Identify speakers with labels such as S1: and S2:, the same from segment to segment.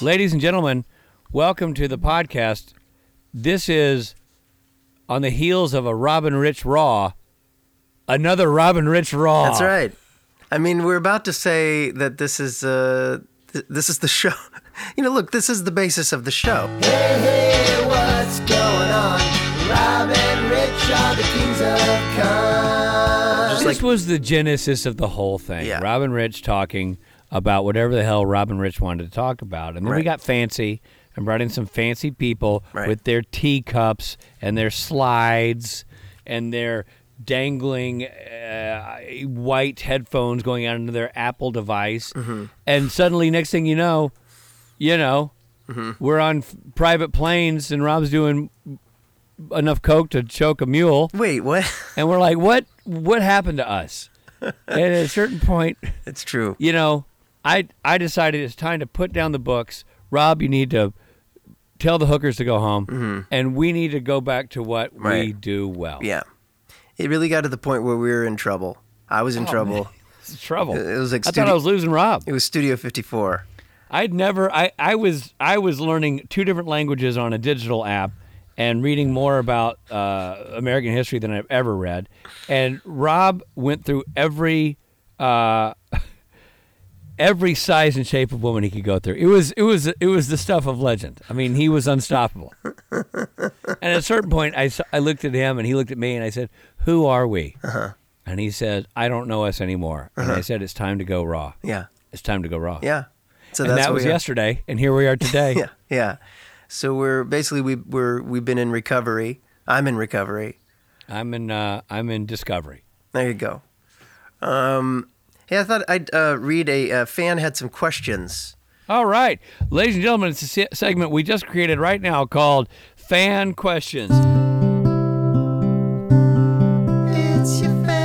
S1: Ladies and gentlemen, welcome to the podcast. This is on the heels of a Robin Rich Raw, another Robin Rich Raw.
S2: That's right. I mean, we're about to say that this is uh, th- this is the show. You know, look, this is the basis of the show.
S3: Hey, hey, what's going on? Rob and Rich are the kings of con.
S2: Just
S1: This
S2: like
S1: was the genesis of the whole thing.
S2: Yeah.
S1: Robin Rich talking about whatever the hell Robin Rich wanted to talk about. And then we
S2: Right.
S1: got fancy and brought in some fancy people
S2: Right.
S1: with their teacups and their slides and their dangling uh, white headphones going out into their Apple device.
S2: Mm-hmm.
S1: And suddenly, next thing you know, you know,
S2: Mm-hmm.
S1: we're on f- private planes and Rob's doing enough coke to choke a mule
S2: wait, what?
S1: and we're like, what what happened to us? At a certain point,
S2: it's true.
S1: you know, I I decided it's time to put down the books. Rob, you need to tell the hookers to go home, and we need to go back to what we
S2: Mm-hmm. Right.
S1: do well.
S2: Yeah, it really got to the point where we were in trouble. I was
S1: Oh,
S2: in trouble.
S1: It's trouble.
S2: It was like
S1: I thought I
S2: studio-
S1: was losing Rob.
S2: It was Studio 54.
S1: I'd never. I I was I was learning two different languages on a digital app. And reading more about uh, American history than I've ever read, and Rob went through every uh, every size and shape of woman he could go through. It was it was it was the stuff of legend. I mean, he was unstoppable. and at a certain point, I s- I looked at him and he looked at me and I said, "Who are we?" And he said, "I don't know us anymore." And I said, "It's time to go raw.
S2: Yeah,
S1: It's time to go raw."
S2: yeah. So
S1: and
S2: that's
S1: that
S2: what
S1: was
S2: we are.
S1: yesterday, and here we are today.
S2: Yeah, yeah. So we're basically we we're we've been in recovery. I'm in recovery.
S1: I'm in uh, I'm in discovery.
S2: There you go. Um, hey, I thought I'd uh, read a uh, fan had some questions.
S1: All right, ladies and gentlemen, it's a se- segment we just created right now called Fan Questions.
S3: It's your fan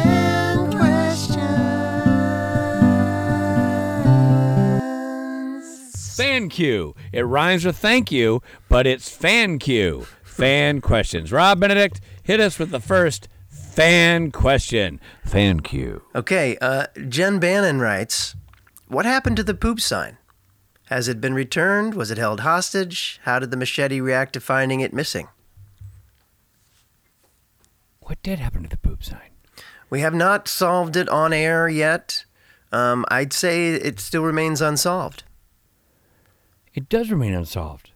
S3: questions.
S1: Fan Q. It rhymes with thank you, but it's Fan Q. Fan Questions. Rob Benedict, hit us with the first fan question. Fan Q.
S2: Okay, uh, Jen Bannon writes, "What happened to the poop sign? Has it been returned? Was it held hostage? How did the machete react to finding it missing?
S1: What did happen to the poop sign?
S2: We have not solved it on air yet. Um, I'd say it still remains unsolved."
S1: It does remain unsolved.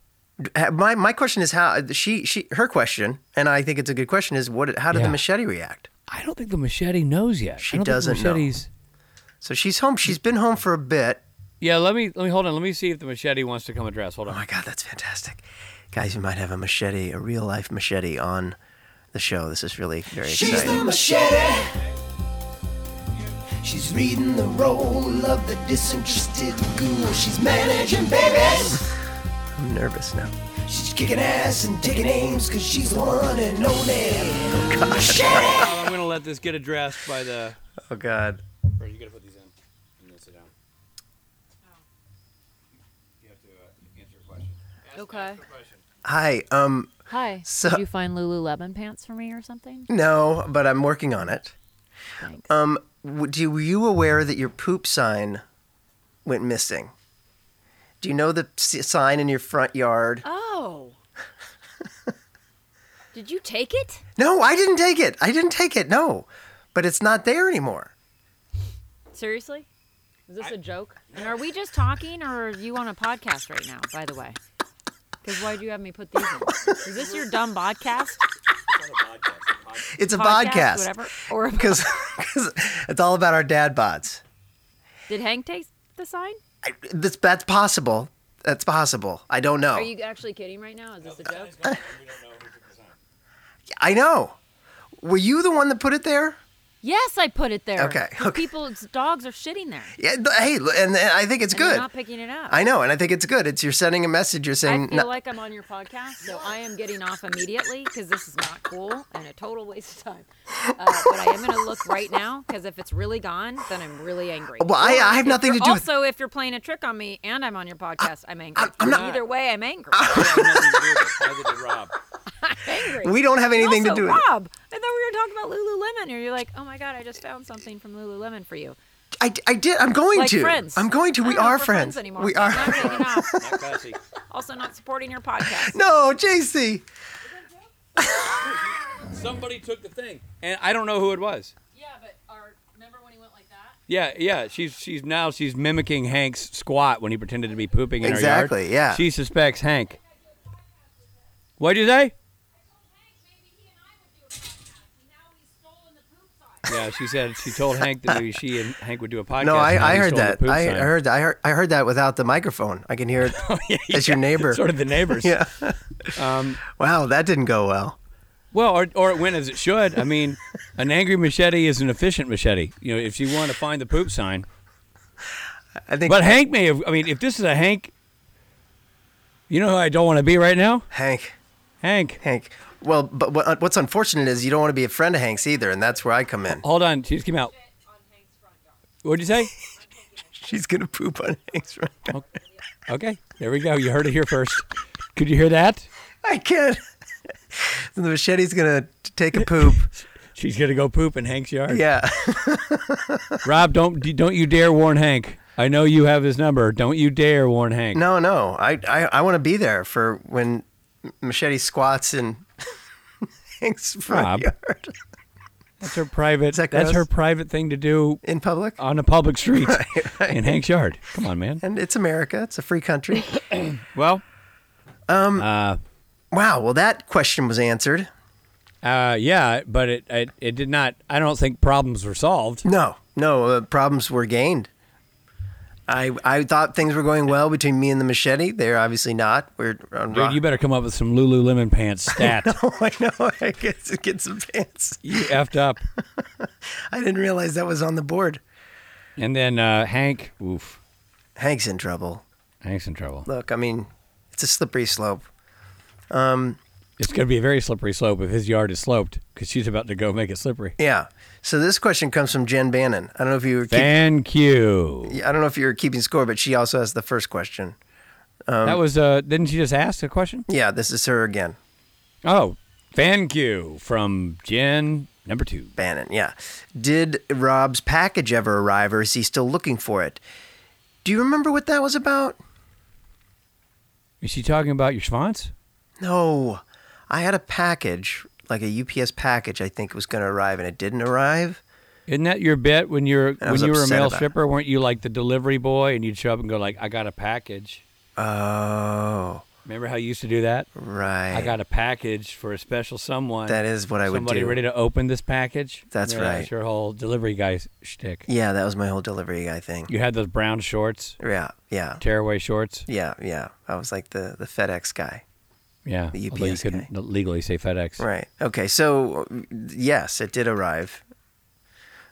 S2: Ha- My my question is how she she her question, and I think it's a good question is what how did
S1: Yeah.
S2: the machete react?
S1: I don't think the machete knows yet.
S2: She
S1: I don't think the
S2: doesn't know.
S1: machete's-
S2: So she's home. She's been home for a bit.
S1: Yeah, let me let me hold on. Let me see if the machete wants to come address. Hold
S2: Oh
S1: on.
S2: my god, that's fantastic. Guys, we might have a machete, a real life machete on the show. This is really very
S3: She's the
S2: exciting.
S3: machete. She's reading the role of the disinterested ghoul. She's managing babies.
S2: I'm nervous now.
S3: She's kicking ass and taking aims because she's the one and only machete.
S1: I'm gonna let this get addressed by the.
S2: Oh god.
S1: Or you gotta put these in and then sit down. You have to uh, answer a question.
S4: Okay.
S2: Hi. Um
S4: Hi.
S2: So-
S4: Did you find Lululemon pants for me or something?
S2: no, but I'm working on it.
S4: Thanks.
S2: Um w- do were you aware that your poop sign went missing? Do you know the s- sign in your front yard?
S4: oh. Did you take it?
S2: No, I didn't take it. I didn't take it. No. But it's not there anymore.
S4: Seriously? Is this a joke? And are we just talking or are you on a podcast right now, by the way? Because why'd you have me put these in? Is this your dumb podcast?
S2: It's a
S4: podcast,
S2: podcast.
S4: Whatever. Or
S2: Because it's all about our dad bods.
S4: did Hank take the sign?
S2: I, this, that's possible. That's possible. I don't know.
S4: Are you actually kidding right now? Is this a joke?
S2: I know. Were you the one that put it there?
S4: Yes, I put it there.
S2: Okay,
S4: 'Cause
S2: okay.
S4: People's dogs are shitting there.
S2: Yeah. th- Hey, l- and, and I think it's
S4: and They're
S2: good.
S4: not picking it up.
S2: I know, and I think it's good. It's you're sending a message. You're
S4: I
S2: saying,
S4: feel
S2: no,
S4: like I'm on your podcast, so I am getting off immediately because this is not cool and a total waste of time. Uh, but I am going to look right now because if it's really gone, then I'm really angry.
S2: Well, I-
S4: Or
S2: I have
S4: if
S2: nothing
S4: you're-
S2: to do with-
S4: Also, if you're playing a trick on me and I'm on your podcast, I, am angry.
S2: I'm not-
S4: Either way, I'm angry.
S1: Rob.
S4: I'm angry.
S2: we don't have anything
S4: Also,
S2: to do with it.
S4: Rob, I thought we were talking about Lululemon, and you're like, "Oh my God, I just found something from Lululemon for you."
S2: I, I did. I'm going
S4: Like
S2: to.
S4: friends.
S2: I'm going to.
S4: I
S2: We
S4: don't know
S2: are
S4: if we're
S2: friends.
S4: anymore.
S2: We
S4: I'm
S2: are.
S4: Not hanging out.
S1: Not classy.
S4: Also, not supporting your podcast.
S2: No, JC.
S1: Somebody took the thing, and I don't know who it was.
S4: Yeah, but our remember when he went like that?
S1: Yeah, yeah. She's she's now she's mimicking Hank's squat when he pretended to be pooping in her yard.
S2: Exactly, yeah.
S1: She suspects Hank. What'd you say? Yeah, she said she told Hank that maybe she and Hank would do a podcast.
S2: No,
S1: and
S2: I, I
S1: he
S2: heard
S1: stole the
S2: that.
S1: poop
S2: I, I
S1: sign.
S2: heard. I heard. I heard that without the microphone. I can hear it as your neighbor.
S1: Sort of the neighbors.
S2: Yeah.
S1: Um,
S2: Wow, that didn't go well.
S1: well, or, or it went as it should. I mean, an angry machete is an efficient machete. You know, if she wanted to find the poop sign.
S2: I think.
S1: But Hank may have. I mean, if this is a Hank, you know who I don't want to be right now?
S2: Hank.
S1: Hank.
S2: Hank. Well, but what, uh, what's unfortunate is you don't want to be a friend of Hank's either, and that's where I come in.
S1: Hold on, she just came out. What'd you say?
S2: She's gonna poop on Hank's. Right now.
S1: Okay, there we go. You heard it here first. Could you hear that?
S2: I can't. the machete's gonna t- take a poop.
S1: She's gonna go poop in Hank's yard.
S2: Yeah.
S1: Rob, don't don't you dare warn Hank. I know you have his number. Don't you dare warn Hank.
S2: No, no. I I, I want to be there for when M- Machete squats in Hank's front
S1: Rob.
S2: yard
S1: That's her private.
S2: that
S1: that's
S2: gross?
S1: her private thing to do
S2: in public.
S1: on a public street in Hank's yard. Come on, man.
S2: And it's America. It's a free country.
S1: Well,
S2: Um, wow. Well, that question was answered.
S1: uh, yeah, but it, it it did not. I don't think problems were solved.
S2: No, no. Uh, problems were gained. I I thought things were going well between me and the Machete. They're obviously not. We're on rock. Oh,
S1: Dude, you better come up with some Lululemon pants stat.
S2: I know. I guess it gets some pants.
S1: You effed up.
S2: I didn't realize that was on the board.
S1: And then uh, Hank, oof,
S2: Hank's in trouble.
S1: Hank's in trouble.
S2: Look, I mean, it's a slippery slope.
S1: It's going to be a very slippery slope if his yard is sloped because she's about to go make it slippery.
S2: Yeah. So this question comes from Jen Bannon. I don't know if you were keep,
S1: Thank you.
S2: I don't know if you were keeping score, but she also has the first question. Um,
S1: that was uh didn't she just ask a question?
S2: Yeah, this is her again.
S1: Oh, thank you from Jen number 2.
S2: Bannon, yeah. Did Rob's package ever arrive or is he still looking for it? Do you remember what that was about?
S1: Is she talking about your schwanz?
S2: No. I had a package, like a UPS package, I think was going to arrive and it didn't arrive.
S1: Isn't that your bet when you're
S2: I
S1: when
S2: was
S1: you were a
S2: upset
S1: male
S2: about it.
S1: stripper? Weren't you like the delivery boy and you'd show up and go like, "I got a package."
S2: Oh,
S1: Remember how you used to do that?
S2: right.
S1: I got a package for a special someone.
S2: That is what I would
S1: Somebody
S2: do.
S1: ready to open this package?
S2: That's
S1: Yeah,
S2: right.
S1: That's your whole delivery guy shtick.
S2: yeah, that was my whole delivery guy thing.
S1: You had those brown shorts,
S2: Yeah, yeah,
S1: tearaway shorts.
S2: yeah, yeah. I was like the, the FedEx guy.
S1: Yeah.
S2: The
S1: although you
S2: UPS
S1: couldn't legally say FedEx.
S2: Right. Okay. So, yes, it did arrive.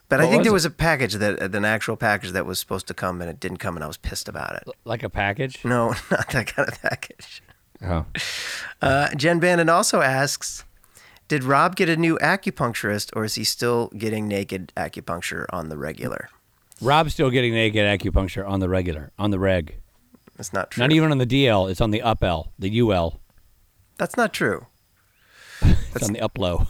S2: But I
S1: What
S2: think
S1: was
S2: there
S1: it?
S2: was a package that an actual package that was supposed to come and it didn't come and I was pissed about it.
S1: Like a package.
S2: No, not that kind of package.
S1: Oh.
S2: Uh, Jen Bannon also asks, did Rob get a new acupuncturist or is he still getting naked acupuncture on the regular?
S1: Rob's still getting naked acupuncture on the regular, on the reg.
S2: That's not true.
S1: Not even on the DL. It's on the up L, the UL.
S2: That's not true.
S1: It's on the up low.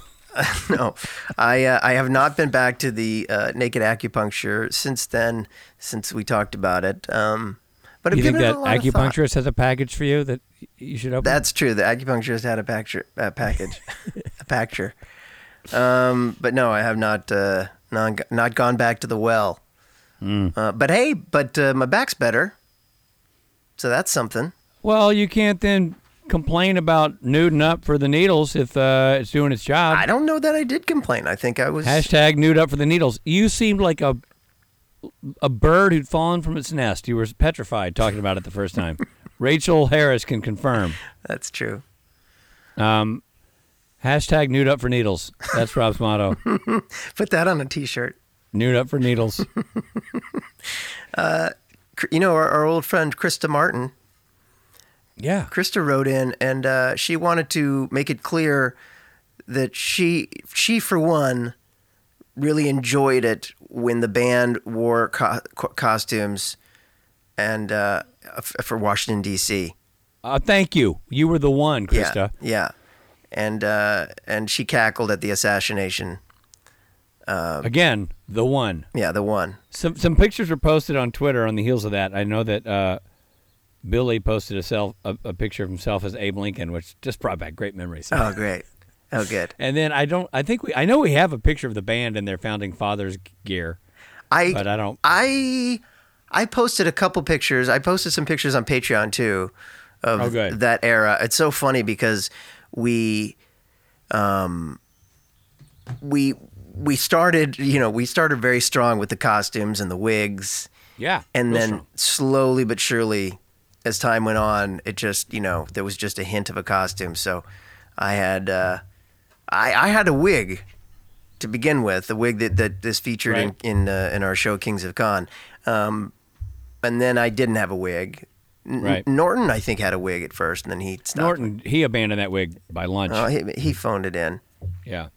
S2: no, I uh, I have not been back to the uh, naked acupuncture since then. Since we talked about it, um, but I've
S1: You think
S2: given it
S1: that
S2: a lot of thought.
S1: acupuncturist has a package for you that y- you should open?
S2: That's true. The acupuncturist had a pacture, a package, a pacture. Um, but no, I have not uh, non, not gone back to the well. Uh, but hey, but uh, my back's better, so that's something.
S1: well, you can't then complain about nuding up for the needles if uh, it's doing its job.
S2: I don't know that I did complain. I think I was.
S1: Hashtag nude up for the needles. You seemed like a a bird who'd fallen from its nest. You were petrified talking about it the first time. Rachel Harris can confirm.
S2: That's true.
S1: Hashtag nude up for needles. That's Rob's motto.
S2: Put that on a t-shirt.
S1: nude up for needles.
S2: Cr- You know, our, our old friend Krista Martin.
S1: Yeah.
S2: Krista wrote in, and uh, she wanted to make it clear that she, she for one, really enjoyed it when the band wore co- co- costumes, and uh, f- for Washington D.C.
S1: Uh, thank you. You were the one, Krista.
S2: Yeah, yeah, and uh, and she cackled at the assassination.
S1: Again, the one.
S2: Yeah, the one.
S1: Some some pictures were posted on Twitter on the heels of that. I know that uh, Billy posted a self a, a picture of himself as Abe Lincoln, which just brought back great memories.
S2: Oh, great. Oh, good.
S1: And then I don't. I think we. I know we have a picture of the band in their founding fathers gear,
S2: I
S1: but I don't.
S2: I I posted a couple pictures. I posted some pictures on Patreon too of
S1: Oh, good.
S2: that era. It's so funny because we um we we started, you know, we started very strong with the costumes and the wigs
S1: Yeah.
S2: and
S1: real
S2: then
S1: strong.
S2: slowly but surely as time went on, it just, you know, there was just a hint of a costume. So I had uh I I had a wig to begin with, the wig that, that is featured
S1: Right.
S2: in in, uh, in our show Kings of Con. Um, and then I didn't have a wig. N-
S1: Right.
S2: Norton, I think, had a wig at first, and then he stopped.
S1: Norton he abandoned that wig by lunch.
S2: Oh, he, he phoned it in.
S1: yeah.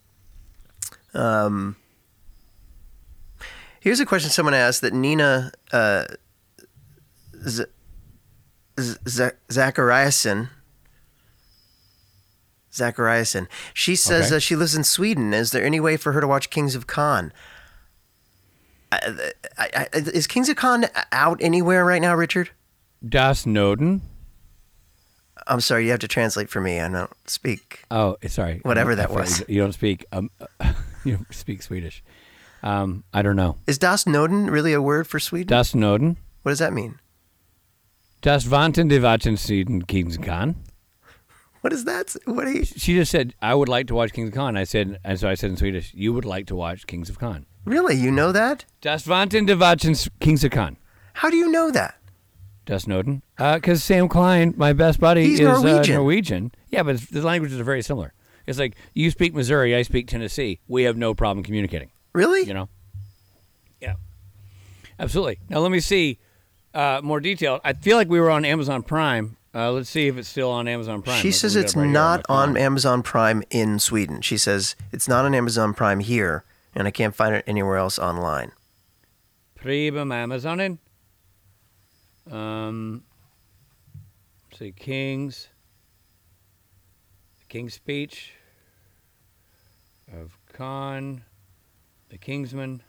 S2: Here's a question someone asked that Nina uh, Z- Z- Z- Zachariasen. Zachariasen. She says
S1: Okay.
S2: uh, she lives in Sweden. Is there any way for her to watch Kings of Khan? I, I, I, is Kings of Khan out anywhere right now, Richard?
S1: Das Noden.
S2: I'm sorry, you have to translate for me. I don't speak.
S1: Oh, sorry.
S2: Whatever that
S1: I thought you-
S2: was.
S1: You don't speak. Um, you don't speak Swedish. Um, I don't know.
S2: Is Das Noden really a word for Sweden?
S1: Das Noden.
S2: what does that mean?
S1: Das Wanten die Watchen Sweden Kings Con.
S2: What is that? What are you,
S1: She just said, "I would like to watch Kings of Con." I said, and so I said in Swedish, "You would like to watch Kings of Con."
S2: really? You know that?
S1: Das Wanten die Watchen Kings of Con.
S2: How do you know that?
S1: Das Noden. Because Sam Klein, my best buddy,
S2: He's
S1: is
S2: Norwegian.
S1: Uh, Norwegian. Yeah, but it's- the languages are very similar. It's like you speak Missouri, I speak Tennessee. We have no problem communicating.
S2: Really?
S1: You know. Yeah. Absolutely. Now let me see uh, more detail. I feel like we were on Amazon Prime. Uh, let's see if it's still on Amazon Prime.
S2: She
S1: Let's
S2: says
S1: look it
S2: it's
S1: up right here my
S2: not on
S1: phone.
S2: Amazon Prime in Sweden. She says it's not on Amazon Prime here, and I can't find it anywhere else online.
S1: Preben Amazonin. Um, let's see, Kings. The King's Speech of Khan, the Kingsman.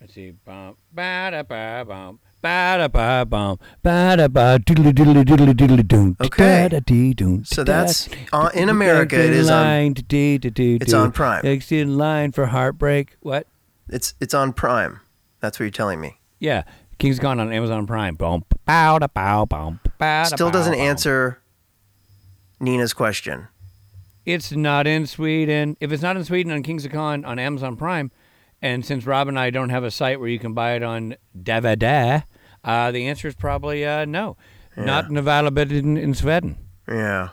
S1: Let's see, bum, ba da ba bum, ba da ba bum, ba da ba doodly doodly doodly doodly doom.
S2: Okay.
S1: Da-da-dee-doom,
S2: So that's
S1: da-da.
S2: on, in America. It is on.
S1: Line, dee-dee-dee-doo.
S2: it's on Prime.
S1: Next in line for heartbreak. What?
S2: It's it's on Prime. That's what you're telling me.
S1: Yeah, King's Gone on Amazon Prime. Boom, bow, da, bow, boom, bow, da,
S2: Still
S1: bow,
S2: doesn't
S1: boom.
S2: answer Nina's question.
S1: It's not in Sweden. If it's not in Sweden on Kings of Con on Amazon Prime, and since Rob and I don't have a site where you can buy it on DVD, uh, the answer is probably uh, no. Not available in, in Sweden.
S2: Yeah.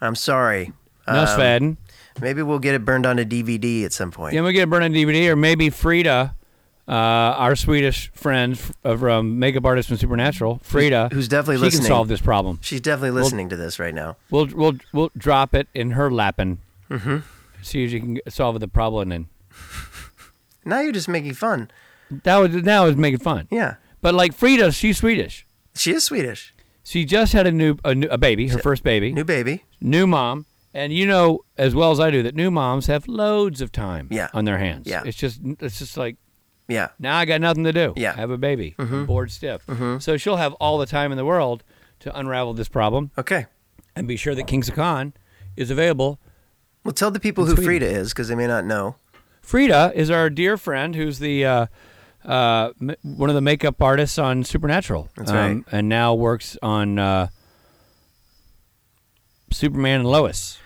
S2: I'm sorry.
S1: No
S2: Um,
S1: Sweden.
S2: Maybe we'll get it burned onto DVD at some point.
S1: Then we get a burning DVD, or maybe Frida, uh, our Swedish friend f- uh, from Makeup Artist from Supernatural, Frida,
S2: who's definitely
S1: she
S2: listening.
S1: can solve this problem.
S2: She's definitely listening to this right now.
S1: We'll we'll we'll drop it in her lappin. Mm-hmm. See if you can solve the problem. And
S2: Now you're just making fun.
S1: that was now is making fun.
S2: Yeah.
S1: But like Frida, she's Swedish.
S2: She is Swedish.
S1: She just had a new a, new, a baby, her first baby,
S2: New baby.
S1: new mom, and you know as well as I do that new moms have loads of time
S2: Yeah.
S1: on their hands.
S2: Yeah.
S1: it's just it's just like
S2: Yeah.
S1: now I got nothing to do.
S2: Yeah. Mm-hmm.
S1: I have a baby, I'm bored stiff. So she'll have all the time in the world to unravel this problem
S2: Okay.
S1: and be sure that Kings of Con is available
S2: Well, tell the people who Frida is because they may not know.
S1: Frida is our dear friend who's the uh, uh, m- one of the makeup artists on Supernatural. That's
S2: right.
S1: And now works on uh, Superman and Lois.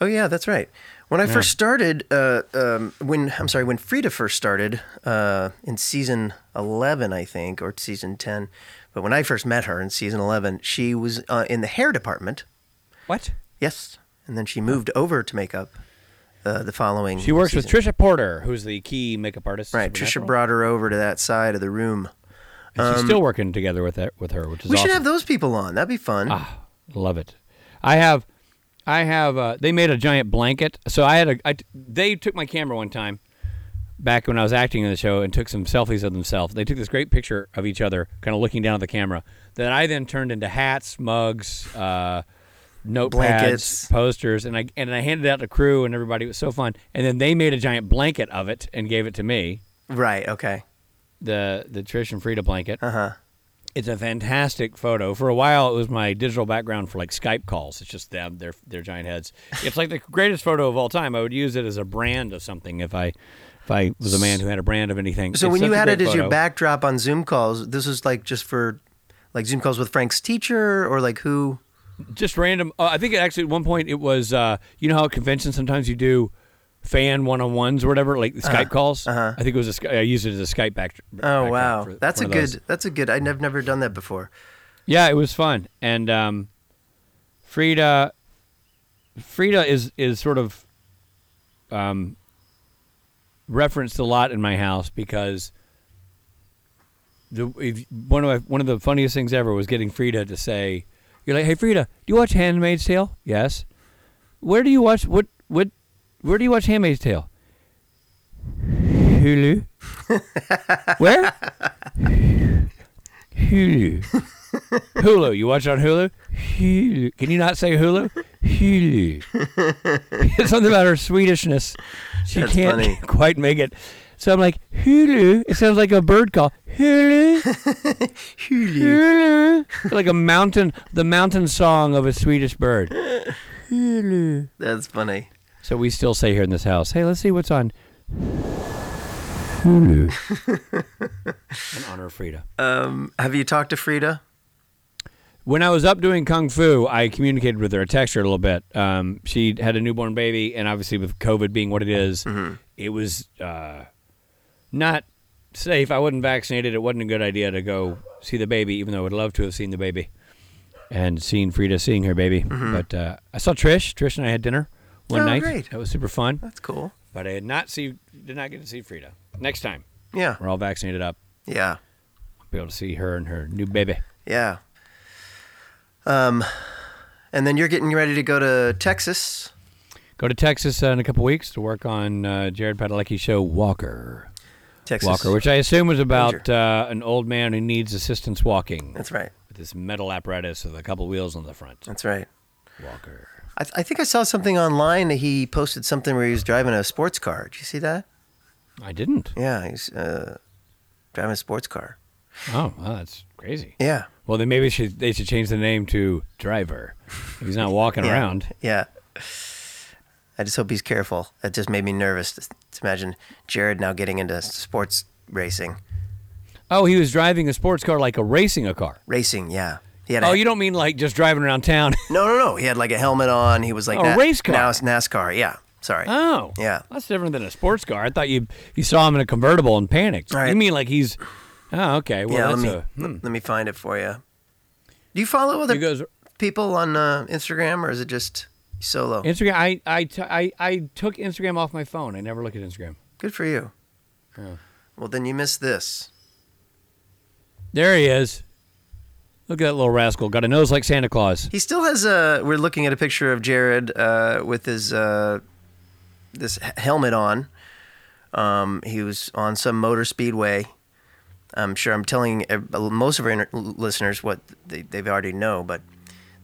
S2: Oh yeah, that's right. When I first started, uh, um, when I'm sorry, when Frida first started uh, in season eleven, I think, or season ten, but when I first met her in season eleven, she was uh, in the hair department.
S1: What?
S2: Yes, and then she moved over to makeup uh, the following.
S1: She works
S2: season.
S1: with Trisha Porter, who's the key makeup artist.
S2: Right, Trisha
S1: Brown.
S2: brought her over to that side of the room.
S1: She's still working together with her, with her, which is
S2: We
S1: awesome. Ah.
S2: should have those people on. That'd be fun.
S1: Love it. I have, I have. Uh, they made a giant blanket. So I had a. I, they took my camera one time, back when I was acting in the show, and took some selfies of themselves. They took this great picture of each other, kind of looking down at the camera. That I then turned into hats, mugs, uh, notepads,
S2: Blankets.
S1: posters, and I and I handed it out to crew, and everybody it was so fun. And then they made a giant blanket of it and gave it to me,
S2: Right. Okay.
S1: the the Trish and Frida blanket.
S2: Uh huh.
S1: It's a fantastic photo. For a while, it was my digital background for like Skype calls. It's just them, their their giant heads. It's like the greatest photo of all time. I would use it as a brand of something if I if I was a man who had a brand of anything.
S2: So
S1: It's
S2: when you
S1: such a
S2: had it
S1: great
S2: as your
S1: photo.
S2: backdrop on Zoom calls, this was like just for like Zoom calls with Frank's teacher or like who?
S1: just random. Uh, I think it actually at one point it was uh, you know how at conventions sometimes you do fan one on ones or whatever like Skype calls. Uh-huh. I think it was a Sky- I used it as a Skype back.
S2: Oh
S1: backdrop
S2: wow,
S1: for
S2: that's a
S1: one of
S2: good.
S1: those.
S2: That's a good. I've never, never done that before.
S1: Yeah, it was fun. And um, Frida, Frida is is sort of um, referenced a lot in my house because the if, one of my, one of the funniest things ever was getting Frida to say, "You're like, hey Frida, do you watch Handmaid's Tale? Yes. Where do you watch what what? Where do you watch Handmaid's Tale? Hulu. Where? Hulu. Hulu. You watch it on Hulu? Hulu. Can you not say Hulu? Hulu. It's Something about her Swedishness. She
S2: That's
S1: can't
S2: funny.
S1: quite make it. So I'm like, Hulu. It sounds like a bird call. Hulu. Hulu. like a mountain, the mountain song of a Swedish bird. Hulu.
S2: That's funny.
S1: So we still say here in this house, hey, let's see what's on Hulu. in honor of Frida.
S2: Um, have you talked to Frida?
S1: when I was up doing kung fu, I communicated with her. I texted her a little bit. Um, she had a newborn baby, and obviously with COVID being what it is, it was uh, not safe. I wasn't vaccinated. It wasn't a good idea to go see the baby, even though I would love to have seen the baby and seen Frida seeing her baby. But uh, I saw Trish. Trish and I had dinner one
S2: Oh,
S1: night.
S2: great.
S1: That was super fun.
S2: That's cool.
S1: But I had not see did not get to see Frida. Next time
S2: Yeah.
S1: we're all vaccinated up,
S2: Yeah.
S1: I'll be able to see her and her new baby.
S2: Yeah. Um, and then you're getting ready to go to Texas.
S1: Go to Texas uh, in a couple weeks to work on uh, Jared Padalecki's show Walker.
S2: Texas.
S1: Walker, which I assume was about uh, an old man who needs assistance walking
S2: That's right.
S1: with this metal apparatus with a couple wheels on the front.
S2: That's right.
S1: Walker.
S2: I, th- I think I saw something online. that He posted something where he was driving a sports car. Did you see that?
S1: I didn't.
S2: Yeah, he's uh, driving a sports car.
S1: Oh, well, that's crazy.
S2: Yeah.
S1: Well, then maybe should, they should change the name to Driver. He's not walking
S2: Yeah.
S1: around.
S2: Yeah. I just hope he's careful. That just made me nervous to, to imagine Jared now getting into sports racing.
S1: Oh, he was driving a sports car like a racing a car.
S2: Racing, yeah. He had a,
S1: Oh, you don't mean like just driving around town?
S2: No, no, no. He had like a helmet on. He was like
S1: Oh, race car.
S2: Now it's NASCAR. Yeah. Sorry.
S1: Oh,
S2: Yeah.
S1: that's different than a sports car. I thought you you saw him in a convertible and panicked.
S2: Right.
S1: You mean like he's? Oh, okay. Well,
S2: yeah. Let
S1: that's
S2: me
S1: a. hmm.
S2: let me find it for you. Do you follow other
S1: You guys-
S2: people on uh, Instagram or is it just solo?
S1: Instagram. I I, t- I I took Instagram off my phone. I never look at Instagram.
S2: Good for you. Well, then you missed this.
S1: There he is. Look at that little rascal. Got a nose like Santa Claus.
S2: He still has a. We're looking at a picture of Jared uh, with his uh, this h- helmet on. Um, he was on some motor speedway. I'm sure I'm telling ev- most of our inter- listeners what they, they've already know, but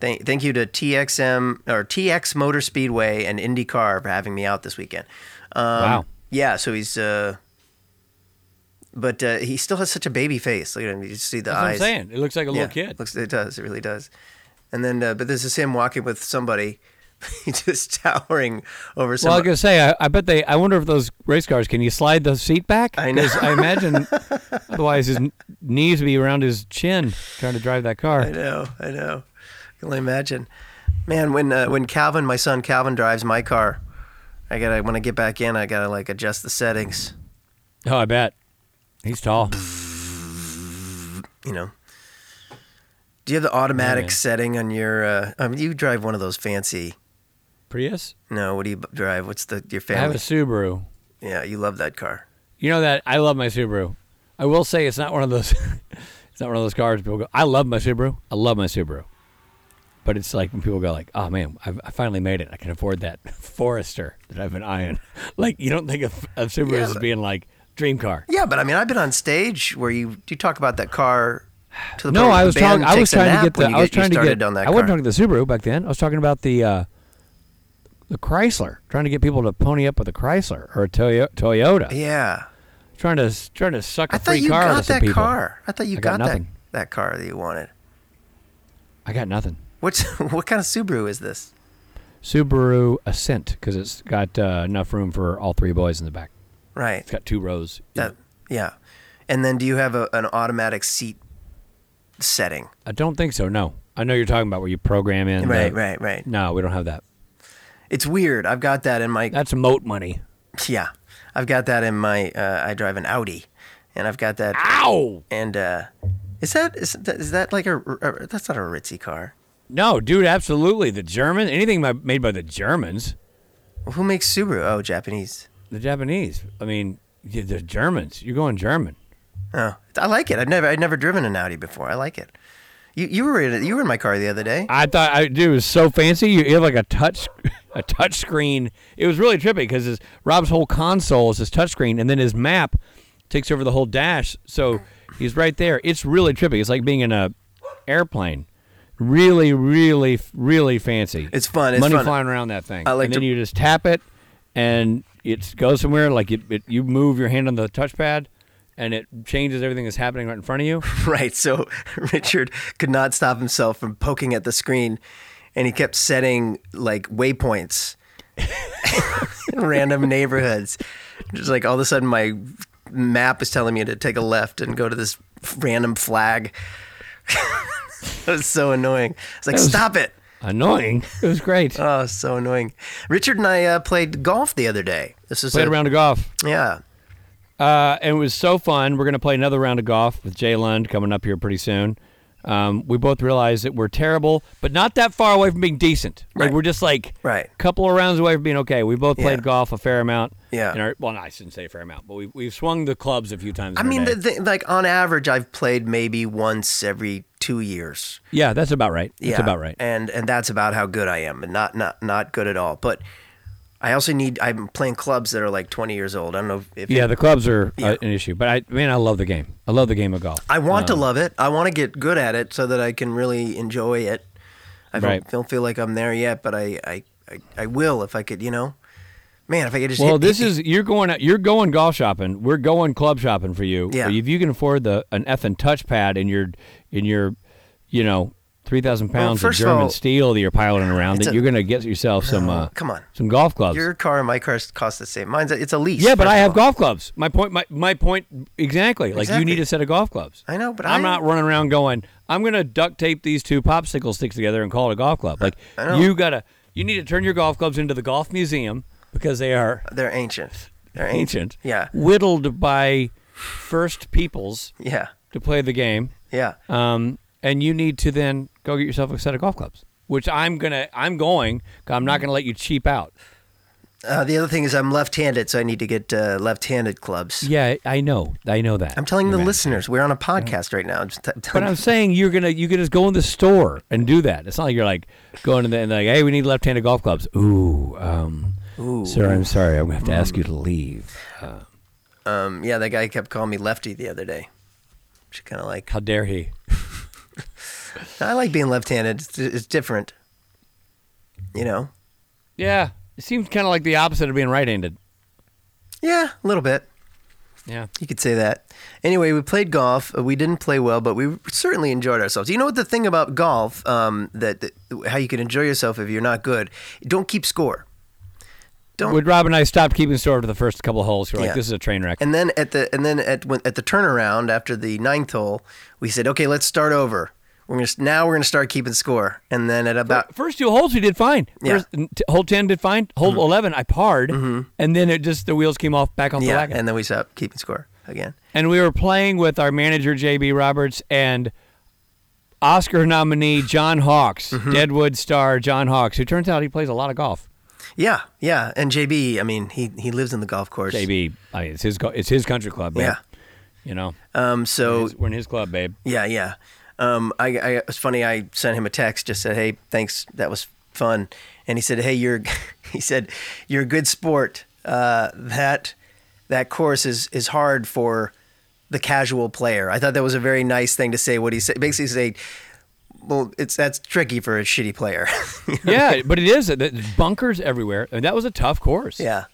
S2: thank thank you to TXM or TX Motor Speedway and IndyCar for having me out this weekend. Um,
S1: Wow.
S2: Yeah, so he's. Uh, but uh, he still has such a baby face. Look at him. You just see the
S1: That's what I'm
S2: eyes.
S1: saying. It looks like a little kid.
S2: Looks, it does. It really does. And then, uh, but this is him walking with somebody, just towering over
S1: well, I was
S2: somebody.
S1: gonna say, I, I bet they. I wonder if those race cars can you slide the seat back?
S2: I know.
S1: 'Cause I imagine, otherwise his kn- knees would be around his chin trying to drive that
S2: I
S1: car.
S2: know. I know. I can only imagine. Man, when uh, when Calvin, my son Calvin, drives my car, I gotta when I get back in, I gotta like adjust the settings.
S1: Oh, I bet. He's tall.
S2: You know. Do you have the automatic
S1: man.
S2: setting on your? Uh, I mean, you drive one of those fancy.
S1: Prius.
S2: No, what do you b- drive? What's the your
S1: I have a
S2: family?
S1: Subaru.
S2: Yeah, you love that car.
S1: You know that I love my Subaru. I will say it's not one of those. it's not one of those cars. People go, I love my Subaru. I love my Subaru. But it's like when people go like, oh man, I, I finally made it. I can afford that Forester that I've been eyeing. like you don't think of, of Subarus
S2: Yeah,
S1: as
S2: but-
S1: being like dream car.
S2: Yeah, but I mean, I've been on stage where you you talk about that car To the
S1: no,
S2: point where
S1: I
S2: the
S1: was
S2: band
S1: talking. I
S2: takes
S1: was
S2: a
S1: trying to
S2: nap
S1: get the.
S2: when you
S1: I was
S2: you
S1: trying to
S2: started
S1: get.
S2: on that
S1: I wasn't
S2: car.
S1: talking about the Subaru back then. I was talking about the uh, the Chrysler. Trying to get people to pony up with a Chrysler or a Toyo- Toyota.
S2: Yeah,
S1: Trying to trying to suck a
S2: I thought
S1: free
S2: you
S1: car out
S2: got
S1: of some
S2: that
S1: people.
S2: car. I thought you
S1: I got
S2: got, that
S1: nothing.
S2: that car that you wanted.
S1: I got nothing.
S2: What's what kind of Subaru is this?
S1: Subaru Ascent because it's got uh, enough room for all three boys in the back.
S2: Right.
S1: It's got two rows.
S2: That yeah. And then do you have a, an automatic seat setting?
S1: I don't think so. No, I know you're talking about where you program in. the-
S2: Right, right, right.
S1: No, we don't have that.
S2: It's weird. I've got that in my
S1: That's moat money.
S2: yeah. I've got that in my uh, I drive an Audi, and I've got that
S1: Ow!
S2: and uh, is that is that, is that like a, a that's not a ritzy car?
S1: No, dude, absolutely. The German, anything ma- made by the Germans,
S2: Who makes Subaru? Oh, Japanese.
S1: the Japanese. I mean, y- the Germans. You're going German.
S2: Oh, I like it. I've never I'd never driven an Audi before. I like it. You you were in, you were in my car the other day.
S1: I thought, I, dude, it was so fancy. You, you have like a touch, a touch screen. It was really trippy because Rob's whole console is his touch screen, and then his map takes over the whole dash. So he's right there. It's really trippy. It's like being in a airplane. Really, really, really fancy.
S2: It's fun, it's
S1: Money
S2: fun.
S1: flying around that thing.
S2: I like
S1: and then
S2: to-
S1: you just tap it, and it goes somewhere. Like it, it, you move your hand on the touchpad, and it changes everything that's happening right in front of you.
S2: Right. So Richard could not stop himself from poking at the screen and he kept setting like waypoints in random neighborhoods. Just like all of a sudden my map is telling me to take a left and go to this random flag. that was so annoying. It's like,
S1: was-
S2: stop it.
S1: Annoying. It was great.
S2: Oh, so annoying. Richard and I uh, played golf the other day. This is
S1: Played
S2: a-
S1: a round of golf.
S2: Yeah.
S1: Uh, and it was so fun. We're going to play another round of golf with Jay Lund coming up here pretty soon. Um, we both realize that we're terrible, but not that far away from being decent. Like
S2: Right.
S1: we're just like
S2: Right.
S1: couple of rounds away from being okay. We both played
S2: Yeah.
S1: golf a fair amount.
S2: Yeah.
S1: In our, well, no, I shouldn't say a fair amount, but we we've swung the clubs a few times.
S2: I
S1: in our
S2: mean,
S1: day.
S2: the, the, like on average, I've played maybe once every two years.
S1: yeah, that's about right. That's
S2: yeah,
S1: about right.
S2: And and that's about how good I am, and not not not good at all. But I also need. I'm playing clubs that are like 20 years old. I don't know if
S1: yeah, the clubs are
S2: Yeah.
S1: uh, an issue, but I man, I love the game. I love the game of golf.
S2: I want to love it. I want to get good at it so that I can really enjoy it. I don't,
S1: Right.
S2: don't feel like I'm there yet, but I, I I I will if I could. You know, man, if I could just.
S1: Well,
S2: hit-
S1: this is you're going out- you're going golf shopping. We're going club shopping for you.
S2: Yeah.
S1: If you can afford the an effing touchpad in your in your, you know, three thousand pounds of
S2: first of
S1: German
S2: all-
S1: steel that you're piling around,
S2: It's
S1: that
S2: a-
S1: you're gonna get yourself some.
S2: No,
S1: Uh,
S2: come on.
S1: Some golf clubs.
S2: your car and my car cost the same. Mine's a, it's a lease.
S1: yeah, but
S2: first
S1: I
S2: of
S1: have
S2: all.
S1: golf clubs. My point, my, my point exactly. Like you
S2: Exactly.
S1: need a set of golf clubs.
S2: I know, but
S1: I'm
S2: I-
S1: not running around going. I'm gonna duct tape these two popsicle sticks together and call it a golf club. Like
S2: I know.
S1: you gotta, you need to turn your golf clubs into the golf museum because they are
S2: They're ancient. They're
S1: ancient.
S2: Yeah.
S1: Whittled by first peoples
S2: Yeah.
S1: to play the game.
S2: Yeah.
S1: Um, and you need to then go get yourself a set of golf clubs, which I'm gonna, I'm going. 'cause I'm not gonna let you cheap out.
S2: Uh, the other thing is I'm left-handed, so I need to get uh, left-handed clubs.
S1: Yeah, I know, I know that.
S2: I'm telling
S1: You're
S2: the
S1: mad.
S2: listeners, we're on a podcast right now. I'm just t-
S1: But I'm saying you're gonna, you can just go in the store and do that. It's not like you're like going to the and like, hey, we need left-handed golf clubs. Ooh, um, sir, I'm sorry, I'm gonna have to ask
S2: Mm.
S1: you to leave. Uh,
S2: um, yeah, that guy kept calling me lefty the other day. She kind of like,
S1: how dare he?
S2: I like being left-handed. It's, it's different, you know.
S1: Yeah, it seems kind of like the opposite of being right-handed.
S2: Yeah, a little bit.
S1: Yeah.
S2: You could say that. Anyway, we played golf. Uh, We didn't play well, but we certainly enjoyed ourselves. You know what the thing about golf um, that, that how you can enjoy yourself if you're not good? Don't keep score. Don't
S1: Would Rob and I stopped keeping score after the first couple of holes? We're like,
S2: Yeah.
S1: this is a train wreck.
S2: And then at the and then at when, at the turnaround after the ninth hole, we said, okay, let's start over. We're gonna now we're gonna start keeping score. And then at about
S1: first two holes we did fine.
S2: Yeah. Mm-hmm.
S1: First, n- t- hole ten did fine. Hole eleven I parred, and then it just the wheels came off back off the
S2: yeah,
S1: wagon. And,
S2: and then we stopped keeping score again.
S1: we were playing with our manager JB Roberts and Oscar nominee John Hawks,
S2: Mm-hmm.
S1: Deadwood star John Hawks, who turns out he plays a lot of golf.
S2: Yeah, yeah. And JB, I mean, he he lives in the golf course.
S1: JB, I mean, it's his go- it's his country club, babe.
S2: Yeah.
S1: You know,
S2: Um. So
S1: It's- we're in his club, babe.
S2: yeah, yeah. Um. I, I it's funny. I sent him a text. Just said, hey, thanks. That was fun. And he said, hey, you're. He said, you're a good sport. Uh. That that course is is hard for the casual player. I thought that was a very nice thing to say. What he said, basically say, well, it's that's tricky for a shitty player.
S1: yeah, but it is there's bunkers everywhere, and that was a tough course.
S2: yeah,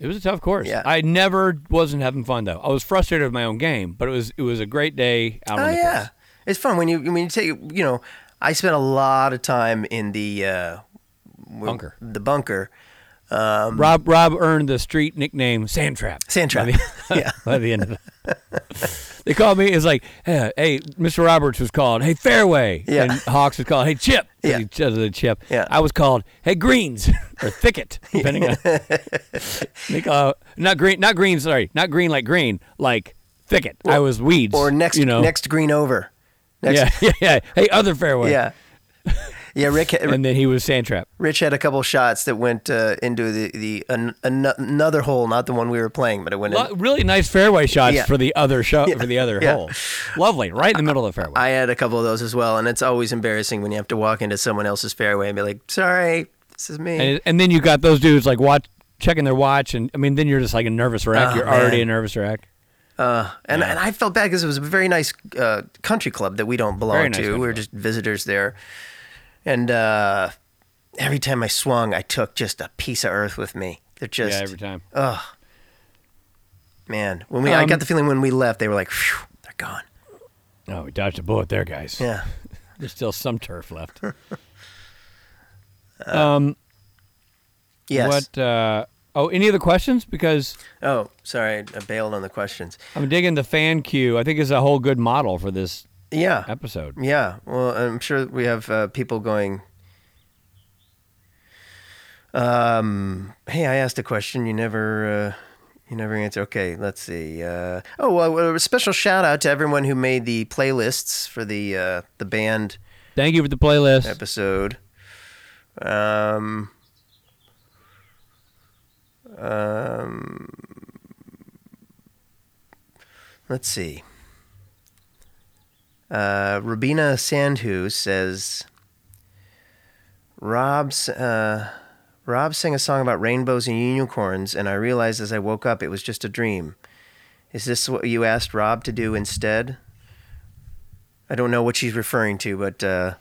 S1: it was a tough course.
S2: Yeah.
S1: I never wasn't having fun though. I was frustrated with my own game, but it was it was a great day out
S2: oh
S1: on the
S2: yeah,
S1: course.
S2: it's fun when you when you take you know. I spent a lot of time in the uh, w-
S1: Bunker.
S2: The bunker.
S1: Rob Rob earned the street nickname Sand Trap.
S2: Sand trap.
S1: By the,
S2: Yeah.
S1: by the end of it. they called me. It's like, eh, hey, Mr. Roberts was called, hey Fairway,
S2: Yeah.
S1: and Hawks was called, hey Chip.
S2: Yeah.
S1: Each other Chip.
S2: Yeah.
S1: I was called, hey Greens or Thicket, depending on. they call not green, not green. Sorry, not green like green, like Thicket. I was weeds.
S2: Or next
S1: you know.
S2: next green over. Next,
S1: yeah, yeah, yeah. Hey, other fairway.
S2: yeah. Yeah, Rick.
S1: And then he was Sand Trap.
S2: Rich had a couple shots that went uh, into the the an, an, another hole, not the one we were playing, but it went.
S1: Lo-
S2: In.
S1: really nice fairway shots
S2: Yeah.
S1: for the other show for the other
S2: Yeah.
S1: hole. Lovely, right in the middle of the fairway.
S2: I had a couple of those as well, and it's always embarrassing when you have to walk into someone else's fairway and be like, "Sorry, this is me."
S1: and, and then you got those dudes like watch checking their watch, and I mean, then you're just like a nervous wreck.
S2: Oh,
S1: you're already
S2: man.
S1: a nervous wreck.
S2: and, and I felt bad because it was a very nice uh, country club that we don't belong
S1: Very nice
S2: to.
S1: country
S2: We were
S1: club.
S2: just visitors there, and uh, every time I swung, I took just a piece of earth with me. They're just Oh.
S1: yeah, every time.
S2: man. When we, I
S1: Um,
S2: got the feeling when we left, they were like, "Phew, "They're gone."
S1: Oh, we dodged a bullet there, guys.
S2: Yeah, Uh,
S1: There's still some turf left. Um,
S2: yes.
S1: What? Uh, oh, any other questions? Because
S2: Oh, sorry, I bailed on the questions.
S1: I'm digging the fan queue. I think is a whole good model for this
S2: Yeah.
S1: episode.
S2: Yeah, well, I'm sure we have uh, people going. Um, hey, I asked a question. You never, uh, you never answer. Okay, let's see. Uh, oh, well, a special shout out to everyone who made the playlists for the uh, the band
S1: Thank you for the playlist.
S2: episode. Um, um, let's see. Uh, Rubina Sandhu says, Rob's, uh, Rob sang a song about rainbows and unicorns, and I realized as I woke up it was just a dream. Is this what you asked Rob to do instead? I don't know what she's referring to, but uh,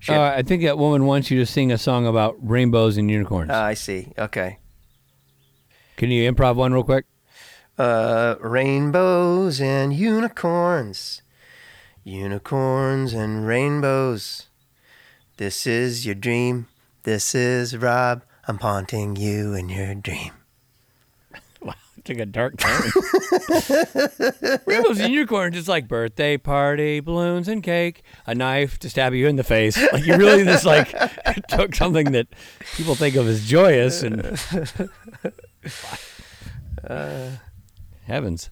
S2: she-
S1: Uh, I think that woman wants you to sing a song about rainbows and unicorns.
S2: Ah, I see. Okay.
S1: Can you improv one real quick?
S2: Uh, rainbows and unicorns, unicorns and rainbows. This is your dream. This is Rob. I'm haunting you in your dream.
S1: Wow, it took a dark turn. Rainbows and unicorns, it's like birthday party, balloons and cake, a knife to stab you in the face. Like you really just like took something that people think of as joyous and heavens.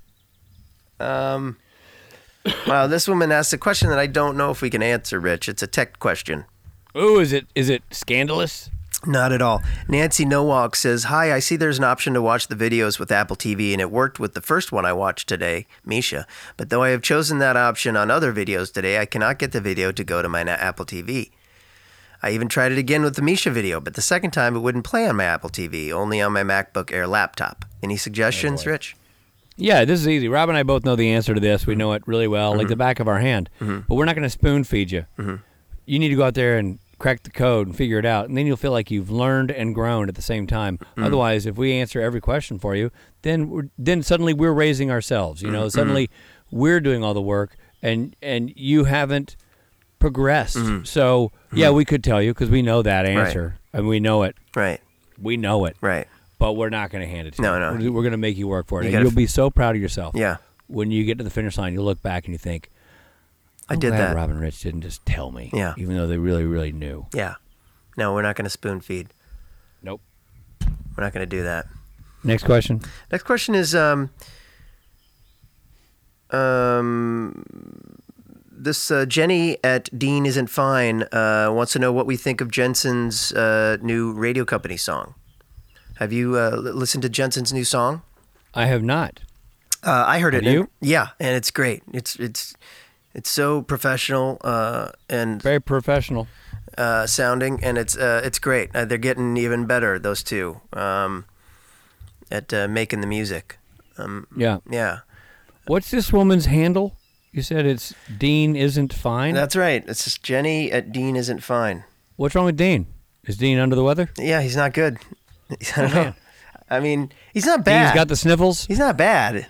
S2: Wow, this woman asked a question that I don't know if we can answer, Rich. It's a tech question.
S1: Oh, is it is it scandalous?
S2: Not at all. Nancy Nowalk says, Hi, I see there's an option to watch the videos with Apple TV, and it worked with the first one I watched today, Misha. But though I have chosen that option on other videos today, I cannot get the video to go to my na- Apple TV. I even tried it again with the Misha video, but the second time it wouldn't play on my Apple TV, only on my MacBook Air laptop. Any suggestions, Rich?
S1: Yeah, this is easy. Rob and I both know the answer to this.
S2: Mm-hmm.
S1: We know it really well, like the back of our hand. But we're not going to spoon feed you.
S2: Mm-hmm.
S1: You need to go out there and crack the code and figure it out, and then you'll feel like you've learned and grown at the same time.
S2: Mm-hmm.
S1: Otherwise, if we answer every question for you, then we're, then suddenly we're raising ourselves. You know,
S2: Mm-hmm.
S1: suddenly we're doing all the work, and and you haven't progressed.
S2: Mm-hmm.
S1: So yeah, we could tell you because we know that answer and we know it.
S2: Right,
S1: We know it
S2: right.
S1: but we're not going to hand it to
S2: No,
S1: you.
S2: no.
S1: We're, we're going to make you work for it.
S2: You
S1: and
S2: gotta
S1: you'll
S2: f-
S1: be so proud of yourself.
S2: Yeah.
S1: When you get to the finish line, you look back and you think,
S2: I
S1: I'm
S2: did
S1: glad
S2: that.
S1: Robin Rich didn't just tell me.
S2: Yeah.
S1: Even though they really, really knew.
S2: Yeah. No, we're not going to spoon feed.
S1: Nope.
S2: We're not going to do that.
S1: Next question.
S2: Next question is um, um, this uh, Jenny at Dean Isn't Fine uh, wants to know what we think of Jensen's uh, new radio company song. Have you uh, l- listened to Jensen's new song?
S1: I have not.
S2: Uh, I heard it.
S1: Have you?
S2: yeah, and it's great. It's it's it's so professional uh, and
S1: Very professional.
S2: uh, sounding, and it's uh, it's great. Uh, they're getting even better. Those two um, at uh, making the music.
S1: Yeah.
S2: Yeah.
S1: What's this woman's handle? You said it's Dean isn't fine.
S2: That's right. It's just Jenny at Dean isn't fine.
S1: What's wrong with Dean? Is Dean under the weather?
S2: Yeah, he's not good. I don't know.
S1: man.
S2: I mean, he's not
S1: Dean's
S2: bad.
S1: got the sniffles.
S2: he's not bad.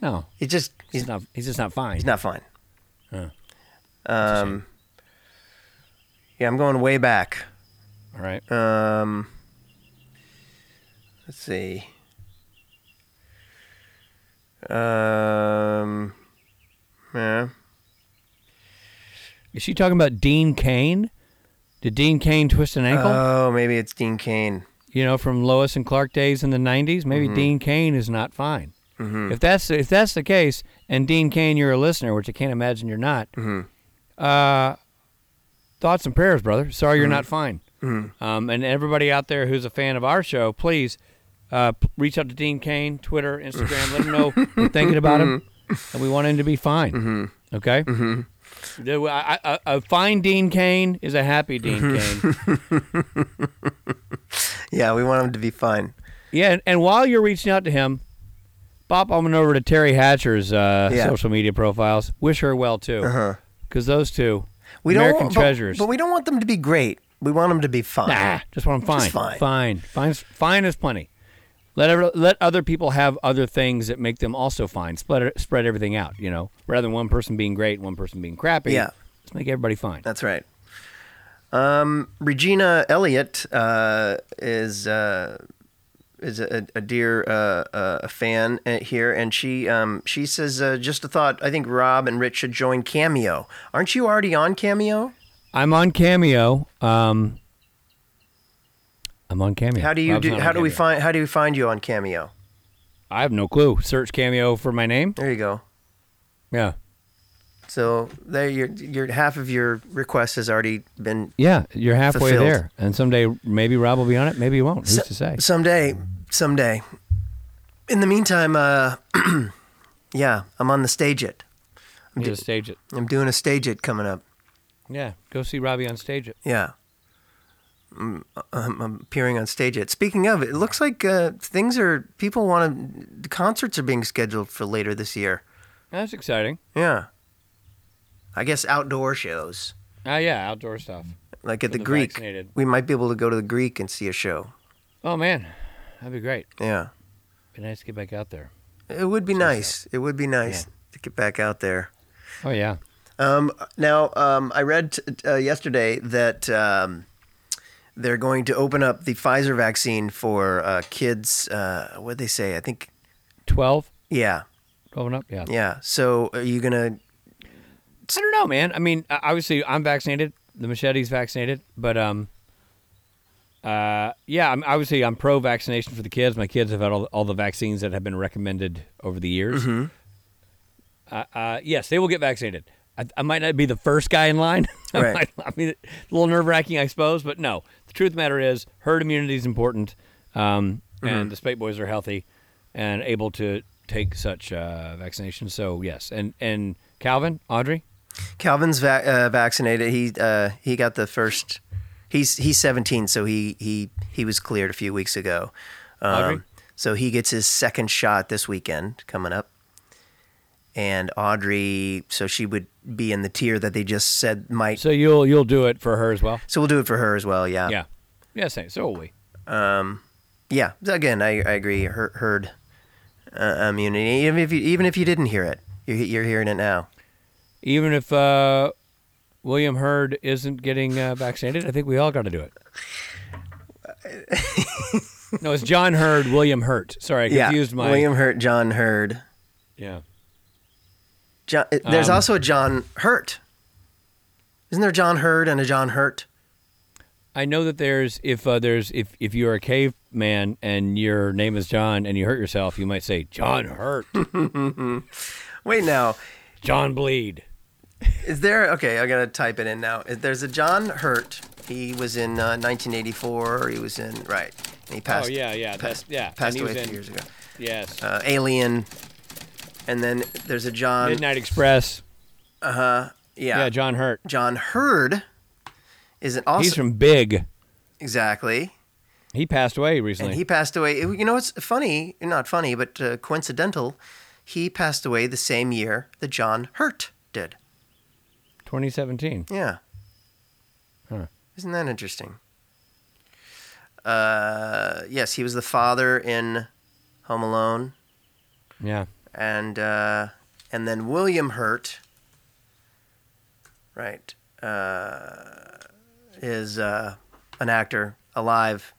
S1: No,
S2: He just
S1: he's
S2: he's
S1: not. He's just not fine.
S2: he's not fine. Um. Yeah, I'm going way back.
S1: All right.
S2: Um, let's see. Um, yeah.
S1: Is she talking about Dean Kane? Did Dean Kane twist an ankle?
S2: Oh, maybe it's Dean Kane.
S1: you know, from Lois and Clark days in the '90s. Maybe Dean Kane is not fine. If that's if that's the case, and Dean Kane, you're a listener, which I can't imagine you're not. Uh, thoughts and prayers, brother. Sorry you're not fine. Um, and everybody out there who's a fan of our show, please uh, p- reach out to Dean Kane, Twitter, Instagram. let him know we're thinking about him, and we want him to be fine. Okay. The- I- I- A a fine Dean Kane is a happy Dean Kane.
S2: Yeah, we want him to be fine.
S1: Yeah, and, and while you're reaching out to him, Bob, I'm going over to Terry Hatcher's uh,
S2: Yeah. Uh-huh.
S1: social media profiles. Wish her well too, because those two,
S2: We
S1: American
S2: don't want, but-
S1: treasures.
S2: but, we don't want them to be great. We want them to be fine.
S1: nah, just want them fine,
S2: Just fine.
S1: fine, fine, fine is plenty. Let ever, let other people have other things that make them also fine. Spread spread everything out, you know, rather than one person being great, and one person being crappy.
S2: Yeah.
S1: just make everybody fine.
S2: That's right. Um, Regina Elliott uh, is uh, is a, a dear uh, uh, fan uh, here, and she um, she says uh, just a thought. I think Rob and Rich should join Cameo. Aren't you already on Cameo?
S1: I'm on Cameo. Um, I'm on Cameo.
S2: How do you
S1: Rob's
S2: do?
S1: not on
S2: How do we
S1: Cameo.
S2: find? How do we find you on Cameo?
S1: I have no clue. Search Cameo for my name.
S2: There you go.
S1: Yeah.
S2: So there, your your half of your request has already been
S1: Yeah, you're halfway
S2: Fulfilled.
S1: there, and someday maybe Rob will be on it. Maybe he won't. Who's
S2: So-
S1: to say?
S2: Someday, someday. In the meantime, uh, yeah, I'm on the stage it.
S1: I'm gonna stage it.
S2: I'm doing a stage it coming up.
S1: Yeah, go see Robbie on stage it.
S2: Yeah. Mm, uh, I'm, I'm appearing on stage it. Speaking of, it looks like uh, things are, people want to, the concerts are being scheduled for later this year.
S1: That's exciting.
S2: Yeah. I guess outdoor shows.
S1: Ah, yeah, outdoor stuff.
S2: Like at the,
S1: For the
S2: Greek.
S1: vaccinated.
S2: We might be able to go to the Greek and see a show.
S1: Oh man, that'd be great.
S2: Yeah.
S1: Be nice to get back out there.
S2: It would be nice. It would be nice to get back out there.
S1: Oh yeah.
S2: Um, now, um, I read uh, yesterday that um, they're going to open up the Pfizer vaccine for uh, kids. Uh, what they say? I think,
S1: 12,
S2: yeah,
S1: 12 and up. Yeah.
S2: yeah. So, are you gonna?
S1: I don't know, man. I mean, uh, obviously I'm vaccinated. The machete's vaccinated, but um, uh, yeah. I'm obviously I'm pro vaccination for the kids. My kids have had all, all the vaccines that have been recommended over the years. Uh, uh, yes, they will get vaccinated. I, I might not be the first guy in line. I
S2: Right.
S1: might- I mean, a little nerve wracking, I suppose, but no. The truth of the matter is, herd immunity is important, um, and the spate boys are healthy and able to take such uh, vaccinations. So yes, and and Calvin, Audrey,
S2: Calvin's va- uh, vaccinated. He uh, he got the first. He's he's 17, so he he he was cleared a few weeks ago.
S1: Audrey?
S2: Um, so he gets his second shot this weekend coming up. And Audrey, so she would be in the tier that they just said might.
S1: So you'll you'll do it for her as well.
S2: So we'll do it for her as well. Yeah.
S1: Yeah, yeah, same. So will we.
S2: Yeah. So Again, I, I agree. Her, herd uh, immunity. Even if you, even if you didn't hear it, you're, you're hearing it now.
S1: Even if uh, William Hurd isn't getting uh, vaccinated, I think we all got to do it. no, it's John Hurd, William Hurt. Sorry, I confused
S2: yeah.
S1: my.
S2: William Hurt, John Hurd.
S1: Yeah.
S2: John, uh, there's
S1: Um,
S2: also a John Hurt. Isn't there John Hurd and a John Hurt?
S1: I know that there's if uh, there's if if you're a caveman and your name is John and you hurt yourself, you might say John Hurt,
S2: Wait now,
S1: John Bleed.
S2: is there? Okay, I gotta type it in now. Is- There's a John Hurt. He was in uh, 1984. He was in right. And he passed.
S1: Oh yeah, yeah, that's
S2: passed,
S1: yeah. And
S2: Passed
S1: he
S2: away
S1: was
S2: a
S1: in-
S2: few years ago.
S1: Yes.
S2: Uh, Alien. And then there's a John.
S1: Midnight Express.
S2: Yeah.
S1: Yeah, John Hurt.
S2: John Hurd is an
S1: He's
S2: awesome
S1: from Big.
S2: exactly,
S1: He passed away
S2: and
S1: recently.
S2: he passed away. You know, it's funny, not funny, but uh, coincidental. He passed away the same year that John Hurt did.
S1: 2017.
S2: Yeah.
S1: Huh.
S2: Isn't that interesting? Uh, yes, he was the father in Home Alone,
S1: Yeah.
S2: and uh, and then William Hurt, right, uh, is uh, an actor alive.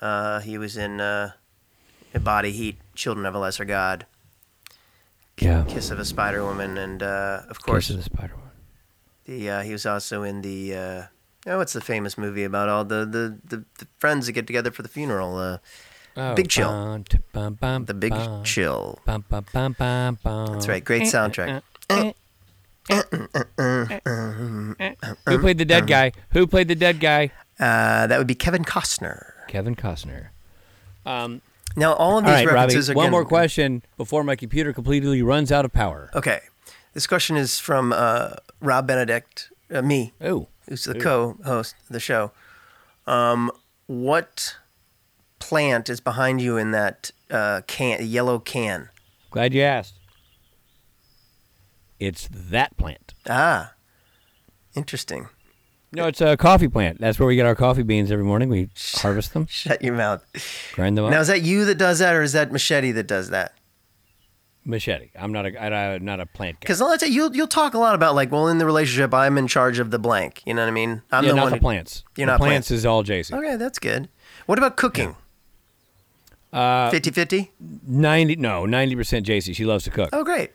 S2: Uh, he was in uh, Body Heat, Children of a Lesser God,
S1: Yeah.
S2: Kiss of a Spider Woman, and uh, of
S1: Curse
S2: course
S1: of the Spider Woman.
S2: the uh, he was also in the uh, oh, what's the famous movie about all the the, the, the friends that get together for the funeral? Uh,
S1: Oh,
S2: Big Chill.
S1: bum, t- bum, bum,
S2: the Big
S1: bum,
S2: Chill.
S1: bum, bum, bum, bum, bum.
S2: That's right, great soundtrack.
S1: Who played the dead guy? Who played the dead guy?
S2: Uh, that would be Kevin Costner.
S1: Kevin Costner. Um,
S2: Now all of these
S1: all right, Robbie.
S2: references are
S1: One
S2: again-
S1: more question before my computer completely runs out of power.
S2: Okay, this question is from uh, Rob Benedict, uh, me,
S1: Oh,
S2: who's the co-host of the show. Um, what plant is behind you in that uh, can yellow can?
S1: glad you asked. It's that plant.
S2: Ah, interesting.
S1: No, it's a coffee plant. That's where we get our coffee beans every morning. We harvest them,
S2: Shut your mouth.
S1: grind them up.
S2: Now is that you that does that, or is that machete that does that?
S1: Machete. I'm not a I, am not a plant guy.
S2: Because let's say you'll you'll talk a lot about like, well, in the relationship, I'm in charge of the blank. You know what I mean? I'm
S1: yeah, not
S2: one.
S1: the plants.
S2: You're
S1: the
S2: not
S1: plants
S2: plants.
S1: is all Jason.
S2: Okay, that's good. What about cooking?
S1: Uh,
S2: 50-50?
S1: Ninety no, ninety percent JC. She loves to cook.
S2: Oh, great.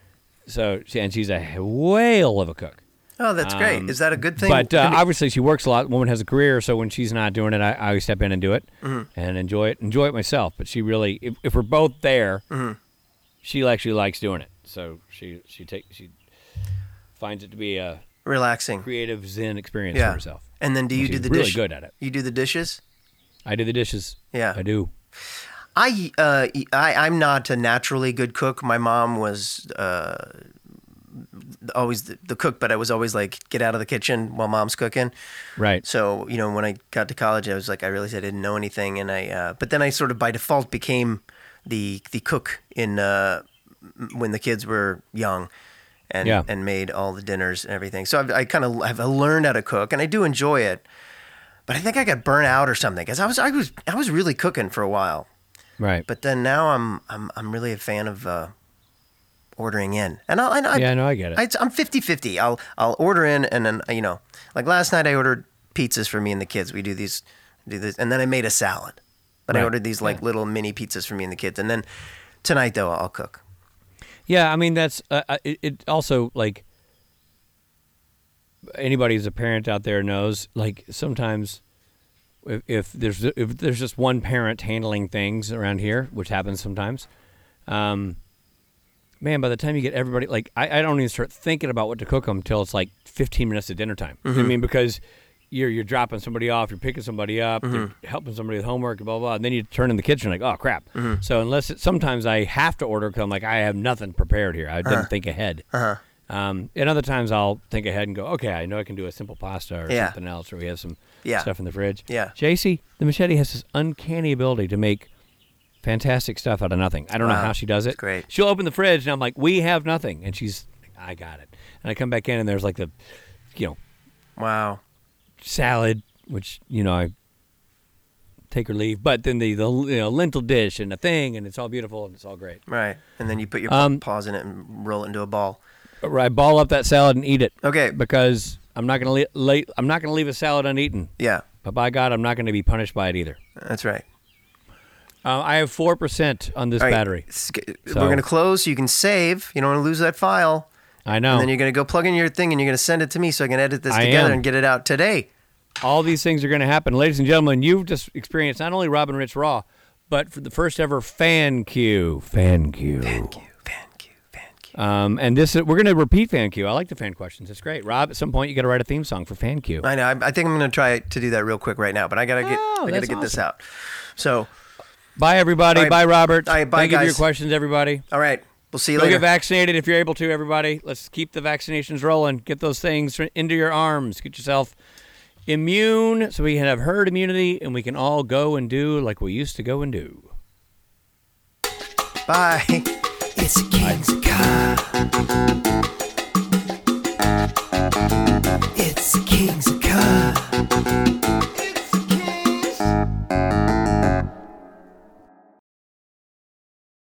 S1: So she, and she's a whale of a cook.
S2: Oh, that's great. Is that a good thing?
S1: But uh,
S2: Could be-
S1: obviously she works a lot. Woman has a career, so when she's not doing it, I, I always step in and do it
S2: Mm-hmm.
S1: and enjoy it. Enjoy it myself. But she really, if, if we're both there,
S2: Mm-hmm.
S1: she actually likes doing it. So she she takes she finds it to be a
S2: relaxing.
S1: creative zen experience
S2: Yeah.
S1: for herself.
S2: And then do you
S1: she's
S2: do the
S1: really
S2: dish-
S1: good at it.
S2: You do the dishes?
S1: I do the dishes.
S2: Yeah.
S1: I do.
S2: I, uh, I I'm not a naturally good cook. My mom was uh, always the, the cook, but I was always like, get out of the kitchen while mom's cooking.
S1: Right.
S2: So you know, when I got to college, I was like, I realized I didn't know anything, and I. Uh, but then I sort of by default became the the cook in uh, m- when the kids were young, and
S1: Yeah.
S2: and made all the dinners and everything. So I've, I kind of have learned how to cook, and I do enjoy it. But I think I got burnt out or something because I was I was I was really cooking for a while,
S1: Right.
S2: but then now I'm I'm I'm really a fan of uh, ordering in, and I and I,
S1: yeah, no, I get it.
S2: I, I'm 50 50. I'll, I'll order in and then, you know, like last night I ordered pizzas for me and the kids. We do these, do this, and then I made a salad. But I
S1: Right.
S2: ordered these like little mini pizzas for me and the kids. And then tonight, though, I'll cook.
S1: Yeah, I mean that's uh, uh, it, it. Also, like anybody who's a parent out there knows, like sometimes if, if there's if there's just one parent handling things around here, which happens sometimes, um, man, by the time you get everybody, like I, I don't even start thinking about what to cook them until it's like 15 minutes to dinner time.
S2: Mm-hmm.
S1: I mean, because you're you're dropping somebody off, you're picking somebody up, you're
S2: Mm-hmm.
S1: helping somebody with homework, blah, blah, blah, and then you turn in the kitchen like, oh crap.
S2: Mm-hmm.
S1: So unless it, sometimes I have to order because I'm like I have nothing prepared here, I didn't
S2: Uh-huh.
S1: think ahead. Um, and other times I'll think ahead and go, okay, I know I can do a simple pasta or
S2: Yeah.
S1: something else, or we have some
S2: Yeah.
S1: stuff in the fridge.
S2: Yeah.
S1: JC, the machete has this uncanny ability to make fantastic stuff out of nothing. I don't know
S2: Wow.
S1: how she does it.
S2: Great.
S1: She'll open the fridge and I'm like, "We have nothing," and she's, like, "I got it." And I come back in and there's like the, you know,
S2: Wow.
S1: salad, which you know I take or leave, but then the the you know, lentil dish and the thing, and it's all beautiful and it's all great.
S2: Right. And then you put your
S1: Um,
S2: paws in it and roll it into a ball.
S1: Or I ball up that salad and eat it.
S2: Okay.
S1: Because I'm not gonna le- late. I'm not gonna leave a salad uneaten.
S2: Yeah,
S1: But by God, I'm not gonna be punished by it either.
S2: that's right.
S1: Uh, I have four percent on this
S2: All right.
S1: battery.
S2: S- We're
S1: So-
S2: going to close so you can save. You don't want to lose that file.
S1: I know.
S2: And then you're going to go plug in your thing and you're going to send it to me so I can edit this
S1: Oh. I
S2: together
S1: am.
S2: and get it out today.
S1: all these things are going to happen. Ladies and gentlemen, you've just experienced not only Robin Rich Raw, but for the first ever fan queue. Fan queue.
S2: Thank you. Thank you. Thank you.
S1: Um, and this is, we're going to repeat fan queue. I like the fan questions. It's great. Rob, at some point, you got to write a theme song for fan queue.
S2: I know. I, I think I'm going to try to do that real quick right now, but I gotta get
S1: Oh,
S2: I gotta
S1: that's
S2: get this out. So,
S1: Bye, everybody.
S2: All right.
S1: Bye, Robert.
S2: All right, bye,
S1: Thank you for your
S2: guys.
S1: questions, everybody.
S2: all right, we'll see you
S1: Go
S2: later.
S1: get vaccinated if you're able to, everybody. Let's keep the vaccinations rolling. Get those things into your arms. Get yourself immune so we can have herd immunity and we can all go and do like we used to go and do.
S2: Bye.
S3: It's the Kings of Con. It's the Kings of Con.